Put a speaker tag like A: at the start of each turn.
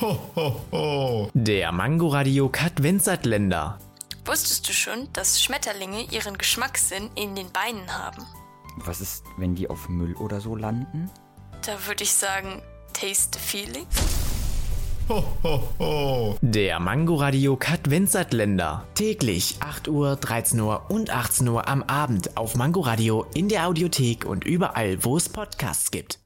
A: Ho, ho, ho. Der Mangoradiokat Winzertländer.
B: Wusstest du schon, dass Schmetterlinge ihren Geschmackssinn in den Beinen haben?
C: Was ist, wenn die auf Müll oder so landen?
B: Da würde ich sagen, taste the feeling.
A: Ho, ho, ho. Der Mangoradiokat Winzertländer.
D: Täglich 8 Uhr, 13 Uhr und 18 Uhr am Abend auf Mangoradio in der Audiothek und überall, wo es Podcasts gibt.